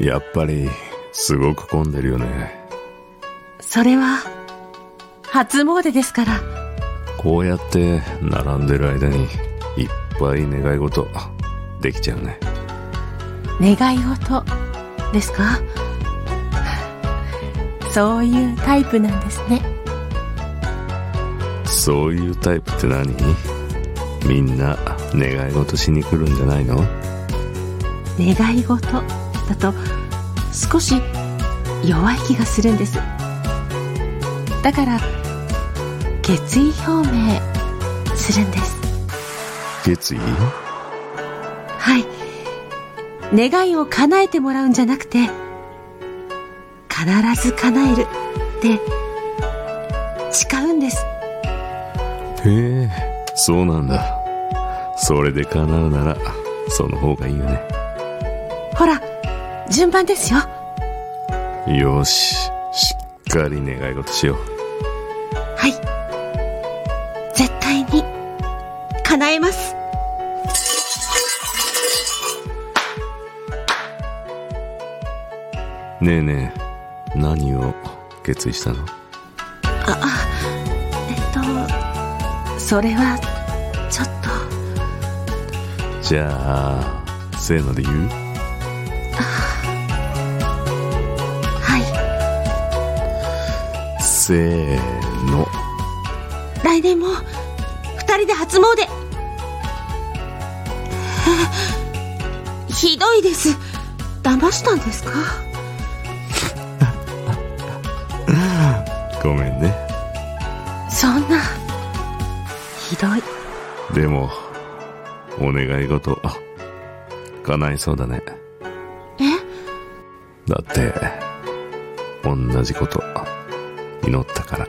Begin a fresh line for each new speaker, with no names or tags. やっぱり、すごく混んでるよね。
それは、初詣ですから。
こうやって並んでる間に、いっぱい願い事、できちゃうね。
願い事ですかそういうタイプなんですね。
そういうタイプって何みんな願い事しに来るんじゃないの
願い事だと少し弱い気がするんですだから決意表明するんです
決意
はい願いを叶えてもらうんじゃなくて必ず叶えるって誓うんです
へえそうなんだそれで叶うならその方がいいよね
ほら順番ですよ
よししっかり願い事しよう
はい絶対に叶えます
ねえねえ何を決意したの
ああえっとそれはちょっと
じゃあせーので言う
はい
せーの
来年も二人で初詣えーひどいです騙したんですか
ごめんね
そんなひどい
でもお願い事叶いそうだね
え
だって同じこと祈ったから